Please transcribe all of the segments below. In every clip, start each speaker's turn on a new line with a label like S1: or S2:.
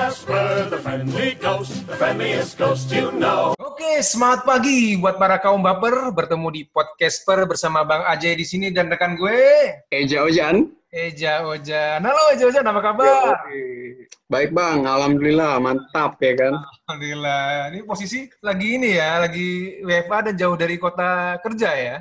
S1: Casper, the friendly ghost, the friendliest ghost you know.
S2: Oke, semangat pagi buat para kaum baper. Bertemu di podcaster bersama Bang Ajay di sini dan rekan gue
S3: Eja Ojan.
S2: Eja Ojan. Halo Eja Ojan, apa kabar?
S3: Baik bang, alhamdulillah mantap ya kan.
S2: Alhamdulillah. Ini posisi lagi ini ya, lagi WFA dan jauh dari kota kerja ya.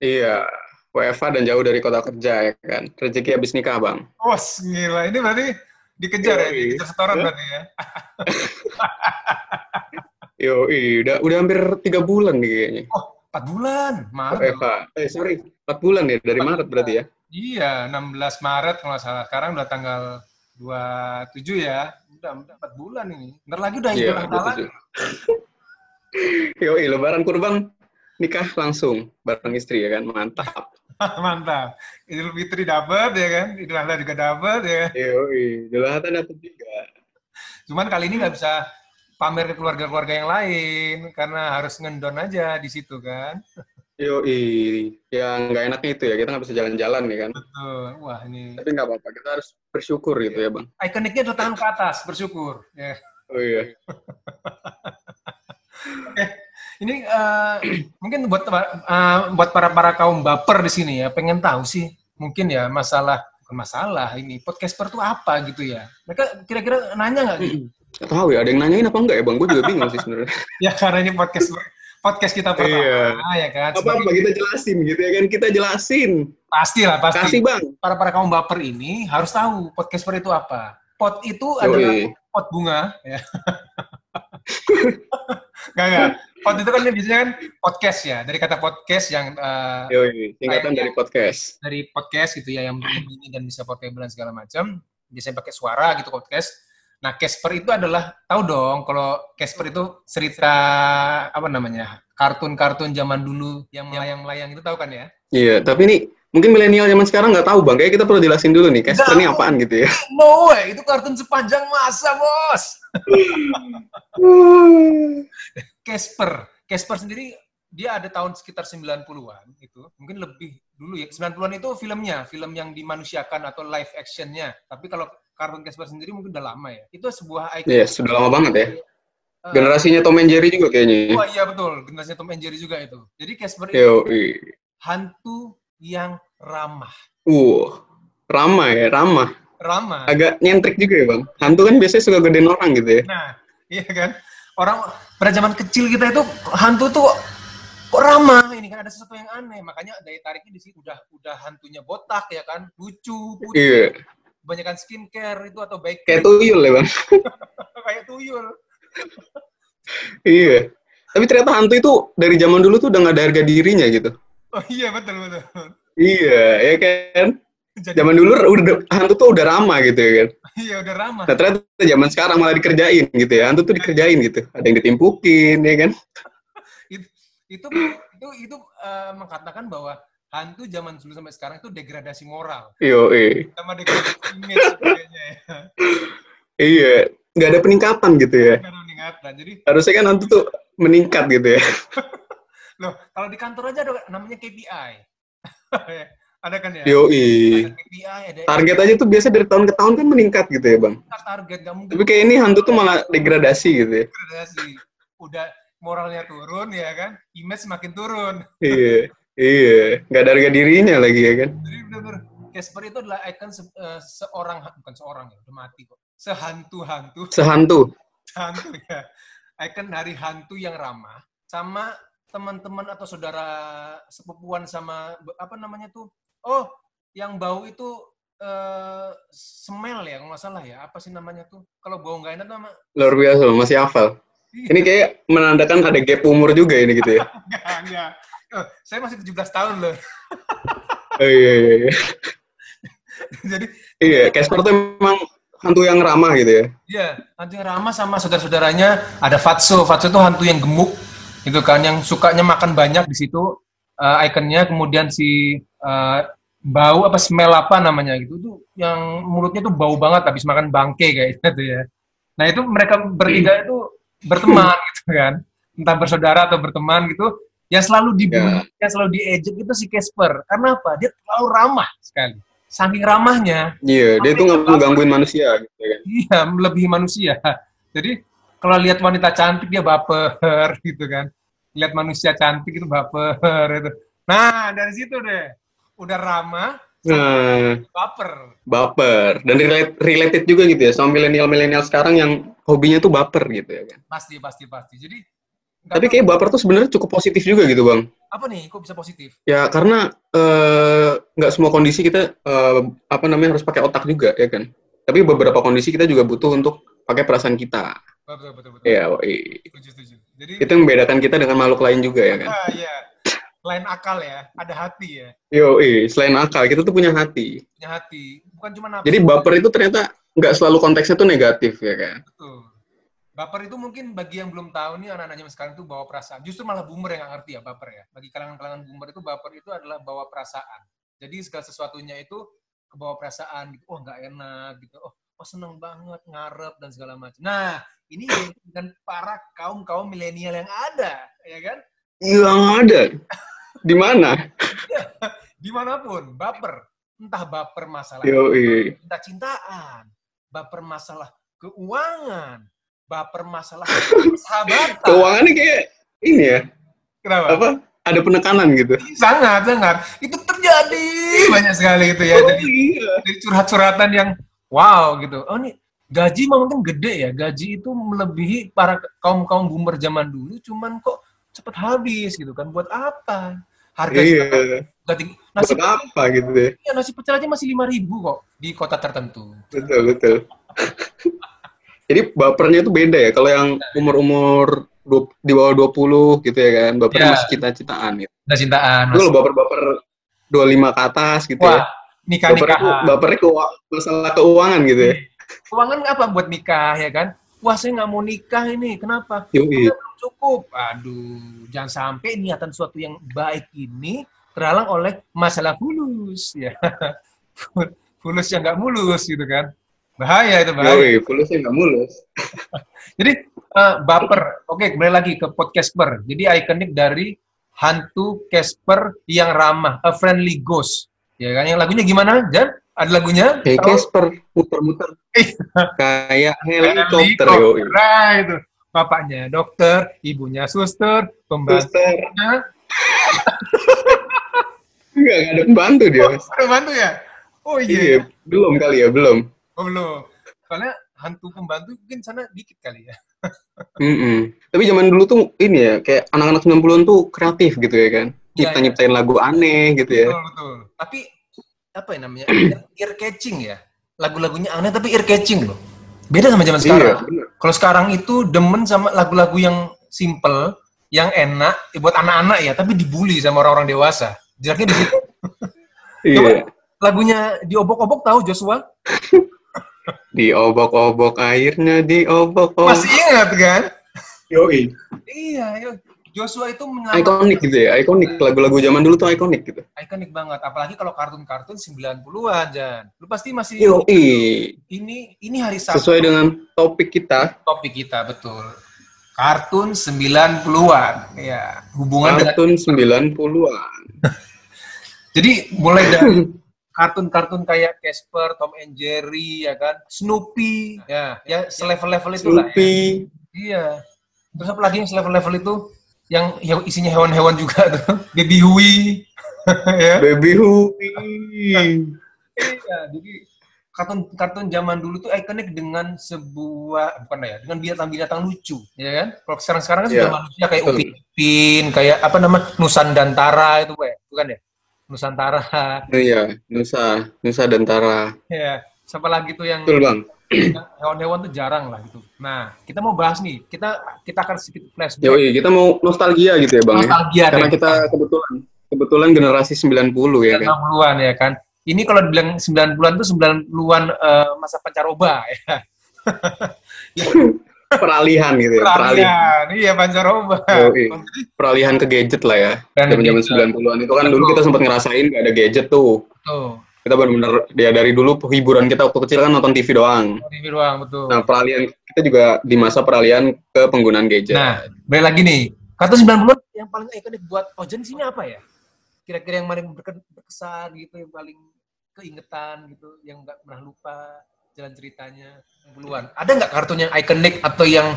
S3: Iya, WFA dan jauh dari kota kerja ya kan. Rezeki habis nikah bang.
S2: Wos, gila. Ini berarti dikejar ya,
S3: Yoi.
S2: dikejar setoran berarti ya.
S3: Yo, udah udah hampir tiga bulan nih kayaknya.
S2: Oh, 4 bulan. Maret.
S3: WFA. Eh sorry, empat bulan ya dari Maret berarti ya.
S2: Iya, 16 Maret kalau nggak salah. Sekarang udah tanggal 27 ya. Udah, udah 4 bulan ini. Bentar lagi udah
S3: Iya,
S2: Idul Adha lagi.
S3: Yo, Lebaran kurban nikah langsung bareng istri ya kan, mantap.
S2: Mantap. Idul Fitri dapat ya kan, Idul Adha juga dapat ya. kan?
S3: Yo, Idul Adha dapat juga.
S2: Cuman kali ini nggak bisa pamer ke keluarga-keluarga yang lain karena harus ngendon aja di situ kan.
S3: Yo, ya nggak enaknya itu ya kita nggak bisa jalan-jalan ya kan.
S2: Betul. Wah ini
S3: Tapi nggak apa-apa, kita harus bersyukur gitu ya bang.
S2: ikoniknya adalah tangan ke atas bersyukur. Ya.
S3: Oh iya.
S2: Ini eh, mungkin buat eh, buat para para kaum baper di sini ya pengen tahu sih mungkin ya masalah bukan masalah ini podcaster tuh apa gitu ya. Mereka kira-kira nanya nggak? gitu?
S3: Gak tahu ya, ada yang nanyain apa enggak ya bang? Gue juga bingung sih sebenarnya.
S2: ya karena ini podcast podcast kita pertama ya kan.
S3: Apa-apa kita jelasin gitu ya kan? Kita jelasin.
S2: Pasti lah pasti.
S3: Kasih bang.
S2: para para kaum baper ini harus tahu podcaster itu apa. Pot itu adalah
S3: Yoi.
S2: pot bunga, ya. Gak, gak. Pot itu kan biasanya kan podcast ya, dari kata podcast yang eh,
S3: Yoi. Singkatan dari podcast.
S2: dari podcast gitu ya yang ini dan bisa portable dan segala macam. Biasanya pakai suara gitu podcast. Nah, Casper itu adalah tahu dong kalau Casper itu cerita apa namanya? kartun-kartun zaman dulu yang melayang-melayang itu tahu kan ya?
S3: Iya, tapi ini mungkin milenial zaman sekarang nggak tahu bang. Kayaknya kita perlu jelasin dulu nih. Casper ini
S2: Nggak.
S3: apaan gitu ya?
S2: No way, itu kartun sepanjang masa, Bos. Casper. Casper sendiri dia ada tahun sekitar 90-an itu. Mungkin lebih dulu ya. 90-an itu filmnya, film yang dimanusiakan atau live actionnya. Tapi kalau kartun Casper sendiri mungkin udah lama ya. Itu sebuah ikon.
S3: Iya, sudah lama banget ya.
S2: Eh,
S3: Generasinya Tom and Jerry juga kayaknya. ya.
S2: Wah, iya betul, generasinya Tom and Jerry juga itu. Jadi Casper
S3: Iya.
S2: itu
S3: Yoi.
S2: hantu yang ramah.
S3: Uh, ramah ya, ramah.
S2: Ramah.
S3: Agak nyentrik juga ya bang. Hantu kan biasanya suka gedein orang gitu ya.
S2: Nah, iya kan? Orang pada zaman kecil kita itu hantu tuh kok, kok ramah ini kan ada sesuatu yang aneh. Makanya daya tariknya di situ udah udah hantunya botak ya kan, lucu, putih,
S3: Iya.
S2: kebanyakan skincare itu atau baik
S3: Kayak tuyul ya bang.
S2: kayak tuyul.
S3: Iya. Tapi ternyata hantu itu dari zaman dulu tuh udah nggak ada harga dirinya gitu.
S2: Oh iya betul betul.
S3: Iya, ya kan.
S2: Jadi
S3: Zaman dulu udah hantu tuh udah ramah gitu ya kan.
S2: iya udah ramah.
S3: Nah ternyata zaman sekarang malah dikerjain gitu ya. Hantu tuh dikerjain gitu. Ada yang ditimpukin ya kan.
S2: Itu itu itu, itu eh, mengkatakan bahwa hantu zaman dulu sampai sekarang itu degradasi moral
S3: Yo,
S2: sama degradasi image kayaknya ya.
S3: iya. Nggak ada peningkatan gitu ya.
S2: Karena meningkatan. Jadi
S3: Harusnya kan hantu tuh meningkat gitu ya.
S2: Loh, kalau di kantor aja ada namanya KPI. ada kan ya?
S3: Yo, Iya.
S2: Ada KPI, ada
S3: Target aja tuh biasa dari tahun ke tahun kan meningkat gitu ya bang.
S2: SK target, nggak mungkin
S3: Tapi kayak ini hantu tuh malah degradasi gitu ya.
S2: degradasi. Udah moralnya turun ya kan, image semakin turun.
S3: Iya. Iya, nggak ada harga dirinya lagi ya kan?
S2: Jadi bener-bener, Casper itu adalah ikon se- eh, seorang, bukan seorang ya, udah mati kok. Sehantu-hantu,
S3: Sehantu.
S2: hantu ya. Ikon dari hantu yang ramah, sama teman-teman atau saudara sepupuan sama, apa namanya tuh, oh, yang bau itu eh smell ya kalau nggak salah ya apa sih namanya tuh kalau bau nggak enak nama
S3: Luar biasa, loh, masih hafal. Ini kayak menandakan ada gap umur juga ini gitu ya.
S2: enggak enggak Eh, saya masih 17 tahun loh
S3: Oh, iya, iya, iya.
S2: jadi
S3: Iya, Casper tuh emang hantu yang ramah gitu ya.
S2: ya hantu yang ramah sama saudara-saudaranya ada Fatso Fatso itu hantu yang gemuk gitu kan yang sukanya makan banyak di situ eh, ikonnya kemudian si eh, bau apa smell apa namanya gitu tuh yang mulutnya tuh bau banget habis makan bangke kayaknya tuh ya nah itu mereka bertiga itu berteman gitu kan entah bersaudara atau berteman gitu yang selalu dibully, yang selalu diejek itu si Casper karena apa dia terlalu ramah sekali saking ramahnya
S3: Iya, dia
S2: Tapi
S3: tuh nggak
S2: kalau-
S3: mau gangguin manusia gitu kan.
S2: iya melebihi manusia jadi kalau lihat wanita cantik dia baper gitu kan lihat manusia cantik itu baper itu nah dari situ deh udah ramah
S3: Nah,
S2: baper
S3: baper dan relate- related juga gitu ya sama milenial-milenial sekarang yang hobinya tuh baper gitu ya kan.
S2: pasti pasti pasti jadi nggak
S3: Tapi
S2: tahu
S3: kayak baper tuh sebenarnya cukup positif juga gitu, Bang.
S2: apa nih kok bisa positif
S3: Ya karena eh, nggak semua kondisi kita eh, apa namanya harus pakai otak juga ya kan. Tapi beberapa kondisi kita juga butuh untuk pakai perasaan kita.
S2: betul betul betul
S3: Ya, woi.
S2: setuju setuju jadi
S3: itu yang membedakan kita dengan makhluk lain juga ya kan.
S2: ah, ya lain akal ya ada hati ya
S3: Yo, selain akal kita tuh punya hati.
S2: punya hati bukan cuma nafsu
S3: Jadi baper itu ternyata nggak selalu konteksnya tuh negatif ya kan.
S2: Betul. Baper itu mungkin bagi yang belum tahu nih anak-anak zaman sekarang itu bawa perasaan. Justru malah boomer yang nggak ngerti ya baper ya. Bagi kalangan-kalangan boomer itu baper itu adalah bawa perasaan. Jadi segala sesuatunya itu kebawa perasaan gitu. Oh nggak enak gitu. Oh, oh seneng banget ngarep dan segala macam. Nah ini dengan para kaum kaum milenial yang ada ya kan
S3: Yang Iya, ada di mana?
S2: dimanapun baper entah baper masalah
S3: Yo, iya.
S2: cinta cintaan, baper masalah keuangan, baper masalah sahabat.
S3: keuangannya kayak ini ya
S2: Kenapa?
S3: apa? Ada penekanan gitu.
S2: Sangat, sangat. Itu terjadi banyak sekali itu ya.
S3: Oh
S2: Jadi,
S3: iya.
S2: dari curhat-curhatan yang wow gitu. Oh ini gaji mah mungkin gede ya. Gaji itu melebihi para kaum-kaum boomer zaman dulu. Cuman kok cepet habis gitu kan. Buat apa? Harga juga
S3: Iya.
S2: nggak tinggi. Nasi,
S3: Buat apa gitu ya?
S2: iya, nasi pecel aja masih 5.000 kok di kota tertentu.
S3: Betul betul. Jadi bapernya itu beda ya. Kalau yang umur-umur du- di bawah 20 gitu ya kan, bapernya
S2: Iya.
S3: masih cita-citaan gitu.
S2: Nah, cintaan.
S3: Itu lo baper-baper 25 ke atas gitu
S2: Wah,
S3: ya. Baper itu
S2: nikah-nikahan.
S3: bapernya keuang- masalah keuangan gitu ya.
S2: keuangan kan apa buat nikah ya kan? Wah saya nggak mau nikah ini, kenapa?
S3: Yoi.
S2: Udah belum cukup. Aduh, jangan sampai niatan suatu yang baik ini terhalang oleh masalah fulus ya. fulus yang nggak mulus gitu kan. Bahaya itu bahaya.
S3: Yoi, pulusnya iya, nggak mulus.
S2: Jadi eh, baper. Oke, kembali lagi ke podcast Casper. Jadi ikonik dari hantu Casper yang ramah, a friendly ghost. Ya kan? Yang lagunya gimana? Jan? Ada lagunya? Tahu?
S3: Kayak
S2: Iya.
S3: Casper muter-muter. Kayak helikopter
S2: helikopter
S3: yoi.
S2: Nah, itu bapaknya dokter, ibunya suster, pembantunya
S3: Suster. Enggak, nggak ada pembantu dia.
S2: Oh, pembantu ya? Oh iya,
S3: Iya, belum kali ya, belum.
S2: Oh, belum. Soalnya hantu pembantu mungkin sana dikit kali ya.
S3: Mm-mm. Tapi zaman dulu tuh ini ya, kayak anak-anak 90-an tuh kreatif gitu ya kan.
S2: Iya,
S3: Nyipta-nyiptain lagu aneh gitu ya.
S2: Betul betul. Tapi apa ya namanya? ear- ear catching ya. Lagu-lagunya aneh tapi ear catching loh. Beda sama zaman sekarang.
S3: Iya, bener.
S2: Kalau sekarang itu demen sama lagu-lagu yang simple, yang enak ya buat anak-anak ya, tapi dibully sama orang-orang dewasa. Jaraknya di situ.
S3: Iya.
S2: Lagunya diobok-obok tahu Joshua?
S3: Diobok-obok airnya, diobok-obok.
S2: Masih ingat kan?
S3: Yoi.
S2: Iya, iya. Joshua itu menyelamatkan
S3: Ikonik gitu ya, ikonik. Lagu-lagu zaman dulu tuh ikonik gitu.
S2: ikonik banget. Apalagi kalau kartun-kartun 90-an, Jan. Lu pasti masih
S3: Yoi.
S2: ini ini hari Sabtu
S3: Iya. Sesuai dengan topik kita,
S2: topik kita, betul. Kartun 90-an. Ya, hubungan dengan
S3: kartun 90-an.
S2: Jadi mulai dari kartun-kartun kayak Casper, Tom and Jerry, ya kan? Snoopy, ya, ya selevel-level itulah. Ya.
S3: Snoopy.
S2: Iya. Terus apa lagi yang selevel-level itu yang yang isinya hewan-hewan juga tuh. Baby Huey. ya.
S3: Baby Huey.
S2: Iya, jadi kartun-kartun zaman dulu tuh ikonik dengan sebuah bukan ya, dengan binatang-binatang lucu, ya kan? Kalau sekarang sekarang kan sudah
S3: Iya,
S2: manusia kayak
S3: betul.
S2: Upin Ipin, kayak apa nama Nusantara itu Pak, ya? bukan ya? Nusantara.
S3: Iya, Nusa. Nusa dan Tara.
S2: ya, siapa lagi tuh yang
S3: Betul, Bang.
S2: yang hewan-hewan tuh jarang lah gitu. Nah, kita mau bahas nih, kita kita akan sedikit flashback
S3: Yoi, kita mau nostalgia gitu ya, Bang. ya?
S2: nostalgia
S3: Karena
S2: deh.
S3: kita kebetulan kebetulan generasi 90 ya kan.
S2: 90-an ya kan. Ini kalau dibilang 90-an tuh 90-an eh, masa pancaroba ya.
S3: Peralihan gitu ya, peralihan.
S2: Peralihan. Iya pancaroba.
S3: Yoi. Peralihan ke gadget lah ya.
S2: Dan
S3: Zaman-zaman
S2: gadget.
S3: 90-an itu kan dulu kita sempat ngerasain gak ada gadget tuh.
S2: Tuh,
S3: Kita benar-benar ya dari dulu hiburan kita waktu kecil kan nonton TV doang.
S2: TV doang betul.
S3: Nah, peralihan kita juga di masa peralihan ke penggunaan gadget.
S2: Nah, balik lagi nih. Kata 90-an yang paling ikonik buat Ojen sini apa ya? Kira-kira yang paling berke- berkesan gitu, yang paling keingetan gitu, yang nggak pernah lupa jalan ceritanya 60-an. Ada nggak kartun yang ikonik atau yang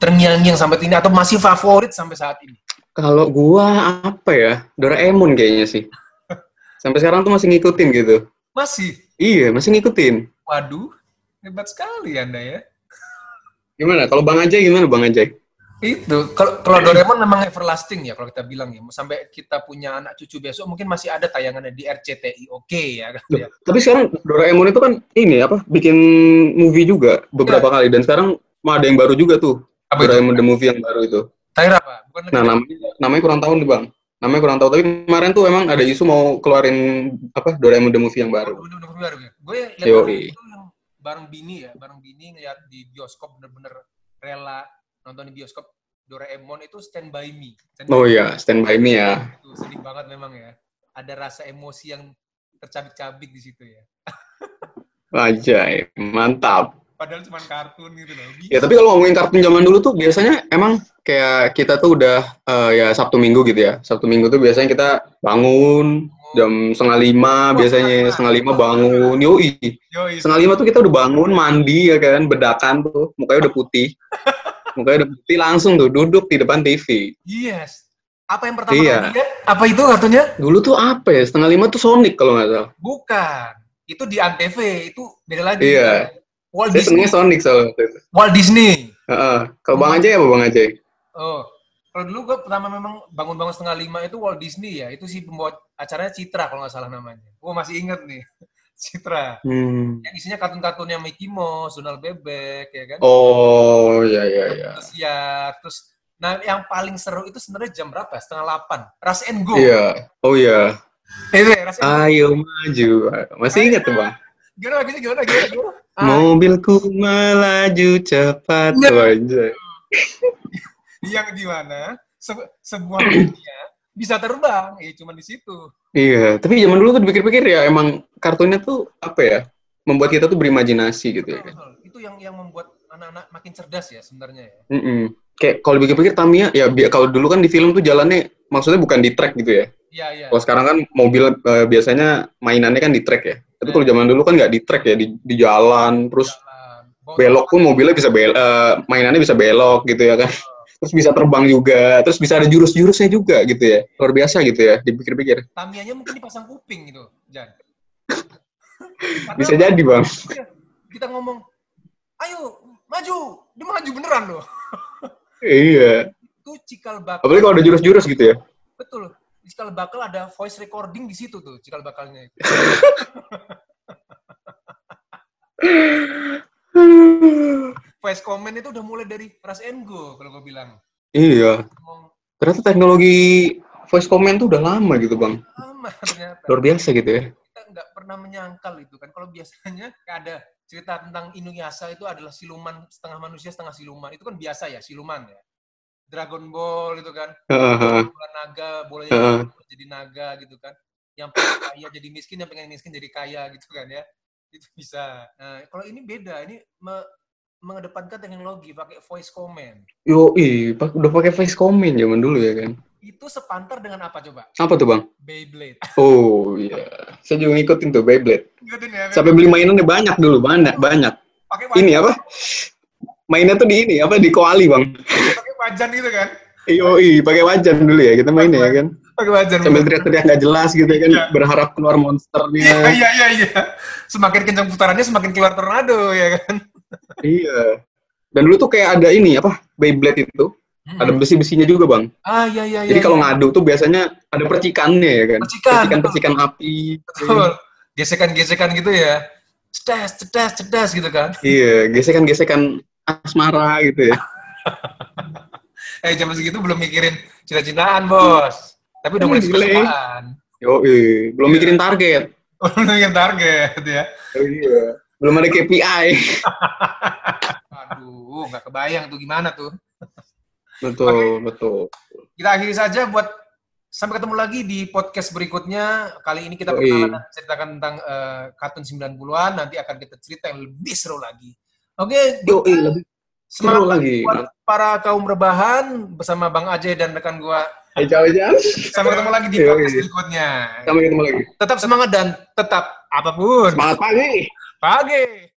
S2: terngiang-ngiang sampai ini atau masih favorit sampai saat ini?
S3: Kalau gua apa ya? Doraemon kayaknya sih. Sampai sekarang tuh masih ngikutin gitu.
S2: Masih.
S3: Iya, masih ngikutin.
S2: Waduh, hebat sekali Anda ya.
S3: Gimana? Kalau Bang Ajay gimana Bang Ajay?
S2: Itu kalau kalau Doraemon memang everlasting ya kalau kita bilang ya. Sampai kita punya anak cucu besok mungkin masih ada tayangannya di RCTI. Oke ya kan
S3: Loh,
S2: ya.
S3: Tapi sekarang Doraemon itu kan ini apa? Bikin movie juga beberapa kali dan sekarang mau ada yang baru juga tuh.
S2: Iya. Apa itu?
S3: Doraemon the movie yang baru itu.
S2: Tahir apa? Bukan
S3: Nah,
S2: Legenda-
S3: namanya, namanya kurang tahu nih, Bang. Namanya kurang tahu, tapi kemarin tuh emang ada isu mau keluarin apa Doraemon the movie yang baru.
S2: Bener-bener baru ya. Gue yang lihat
S3: Yoi.
S2: orang itu yang bareng bini ya, bareng bini ngeliat di bioskop bener-bener rela nonton di bioskop Doraemon itu Stand By Me. Stand
S3: Oh
S2: By
S3: iya, Stand By Me ya.
S2: Me itu sedih banget memang ya. Ada rasa emosi yang tercabik-cabik di situ ya.
S3: Ajay, mantap.
S2: Padahal cuma kartun gitu loh. Bisa.
S3: Ya tapi kalau ngomongin kartun zaman dulu tuh biasanya emang kayak kita tuh udah eh, ya Sabtu Minggu gitu ya. Sabtu Minggu tuh biasanya kita bangun jam setengah lima biasanya setengah lima bangun yoi
S2: Yoi,
S3: setengah lima tuh kita udah bangun mandi ya kan bedakan tuh mukanya udah putih mukanya udah putih langsung tuh duduk di depan TV
S2: Yes. Apa yang pertama
S3: Iya.
S2: kali lihat? Apa itu kartunya?
S3: dulu tuh apa ya setengah lima tuh Sonic kalau nggak salah
S2: Bukan. Itu di Antv. Itu beda lagi.
S3: Iya.
S2: Walt
S3: saya
S2: Disney.
S3: senengnya Sonic soalnya waktu itu.
S2: Walt Disney.
S3: Heeh. kalau Bang Ajay apa Bang Ajay
S2: Oh, kalau dulu gue pertama memang bangun-bangun setengah lima itu Walt Disney ya. Itu si pembuat acaranya Citra kalau nggak salah namanya. Gue masih inget nih. Citra.
S3: hmm.
S2: Yang isinya kartun-kartun yang Mickey Mouse, Donald Bebek, ya kan?
S3: oh ya ya ya
S2: Terus ya, terus Nah, yang paling seru itu sebenarnya jam berapa? Setengah delapan. Rush and Go.
S3: iya Ah. oh ya
S2: Itu ya, Rush and Go.
S3: Ayo maju. Masih ingat tuh bang?
S2: Gimana lagunya? Gimana? Gimana? gimana? Ah,
S3: Mobilku melaju cepat.
S2: Iya.
S3: Wajah.
S2: yang di mana se- sebuah dunia bisa terbang. Ya, cuma di situ.
S3: Iya. Tapi zaman dulu tuh dipikir-pikir ya emang kartunya tuh apa ya? Membuat kita tuh berimajinasi gitu ya. kan.
S2: Betul, betul. Itu yang yang membuat anak-anak makin cerdas ya sebenarnya ya.
S3: Mm-mm. Kayak kalau dipikir-pikir Tamiya ya bi- kalau dulu kan di film tuh jalannya maksudnya bukan di track gitu ya.
S2: Iya, iya.
S3: Kalau sekarang kan mobil eh, biasanya mainannya kan di track ya. Tapi
S2: Hmm.
S3: kalau zaman dulu kan nggak di track ya di, di jalan terus
S2: jalan. Bawa-
S3: belok pun mobilnya bisa bel eh, mainannya bisa belok gitu ya kan terus bisa terbang juga terus bisa ada jurus-jurusnya juga gitu ya luar biasa gitu ya dipikir-pikir
S2: Tamianya mungkin dipasang kuping gitu, Jan. Karena
S3: bisa jadi bang
S2: Kita ngomong, ayo maju, dia maju beneran loh.
S3: iya
S2: Itu cikal bakal,
S3: apalagi kalau ada jurus-jurus gitu ya
S2: betul. Di Cikal bakal ada voice recording di situ tuh, cikal bakalnya. itu. Voice comment itu udah mulai dari Rush and Go, kalau gue bilang.
S3: iya
S2: Ngomong
S3: ternyata teknologi voice comment tuh udah lama gitu bang
S2: lama ternyata.
S3: luar biasa gitu ya
S2: Kita nggak pernah menyangkal itu kan. Kalau biasanya ada cerita tentang Inuyasha itu adalah siluman, setengah manusia, setengah siluman. Itu kan biasa ya, siluman ya. Dragon Ball itu kan.
S3: Hahaha.
S2: bola naga, bolanya
S3: Heeh.
S2: jadi naga gitu kan. Yang pengen kaya jadi miskin, yang pengen miskin jadi kaya gitu kan ya. Itu bisa. Nah, kalau ini beda, ini me- mengedepankan teknologi pakai voice comment.
S3: yo ih pak- udah pakai voice comment zaman dulu ya kan
S2: Itu sepantar dengan apa coba?
S3: apa tuh bang
S2: Beyblade.
S3: oh iya saya juga ngikutin tuh Beyblade
S2: Ngikutin ya.
S3: sampai beli mainannya banyak dulu banyak banyak
S2: Pakai
S3: ini apa mainnya tuh di ini apa di koali bang
S2: pakai wajan gitu kan.
S3: Yoi, pakai wajan dulu ya kita mainnya ya kan.
S2: Pakai wajan.
S3: Sambil teriak-teriak nggak jelas gitu ya kan,
S2: Iya.
S3: berharap keluar
S2: Iya,
S3: monsternya.
S2: iya, iya, iya. Semakin kencang putarannya semakin keluar tornado ya kan.
S3: iya. Dan dulu tuh kayak ada ini apa Beyblade itu, ada besi-besinya juga bang.
S2: Ah, iya, iya, iya.
S3: Jadi kalau
S2: iya.
S3: ngadu tuh biasanya ada percikannya ya kan.
S2: Percikan,
S3: percikan api.
S2: Betul. Gesekan-gesekan gitu ya. Cedas, cedas, cedas gitu kan.
S3: Iya, gesekan-gesekan asmara gitu ya.
S2: Eh jam segitu belum mikirin cita-citaan bos. Tapi udah
S3: Hmm,
S2: mulai
S3: gile.
S2: suka-sukaan.
S3: Yoi,
S2: Iya.
S3: belum mikirin target.
S2: Belum mikirin target ya.
S3: Iya. Belum ada KPI.
S2: Aduh, nggak kebayang tuh gimana tuh.
S3: betul, betul.
S2: Kita akhiri saja buat sampai ketemu lagi di podcast berikutnya. Kali ini kita
S3: Yoi.
S2: perkenalan dan ceritakan tentang eh, kartun 90-an. Nanti akan kita cerita yang lebih seru lagi. Oke,
S3: Yoi, lebih seru
S2: semangat
S3: lagi.
S2: buat para kaum rebahan bersama Bang Ajay dan rekan gua.
S3: Ayo, jauh
S2: Sampai ketemu lagi di
S3: Yoi.
S2: podcast berikutnya.
S3: Sampai ketemu lagi.
S2: Tetap semangat dan tetap apapun.
S3: Semangat pagi.
S2: Pagi.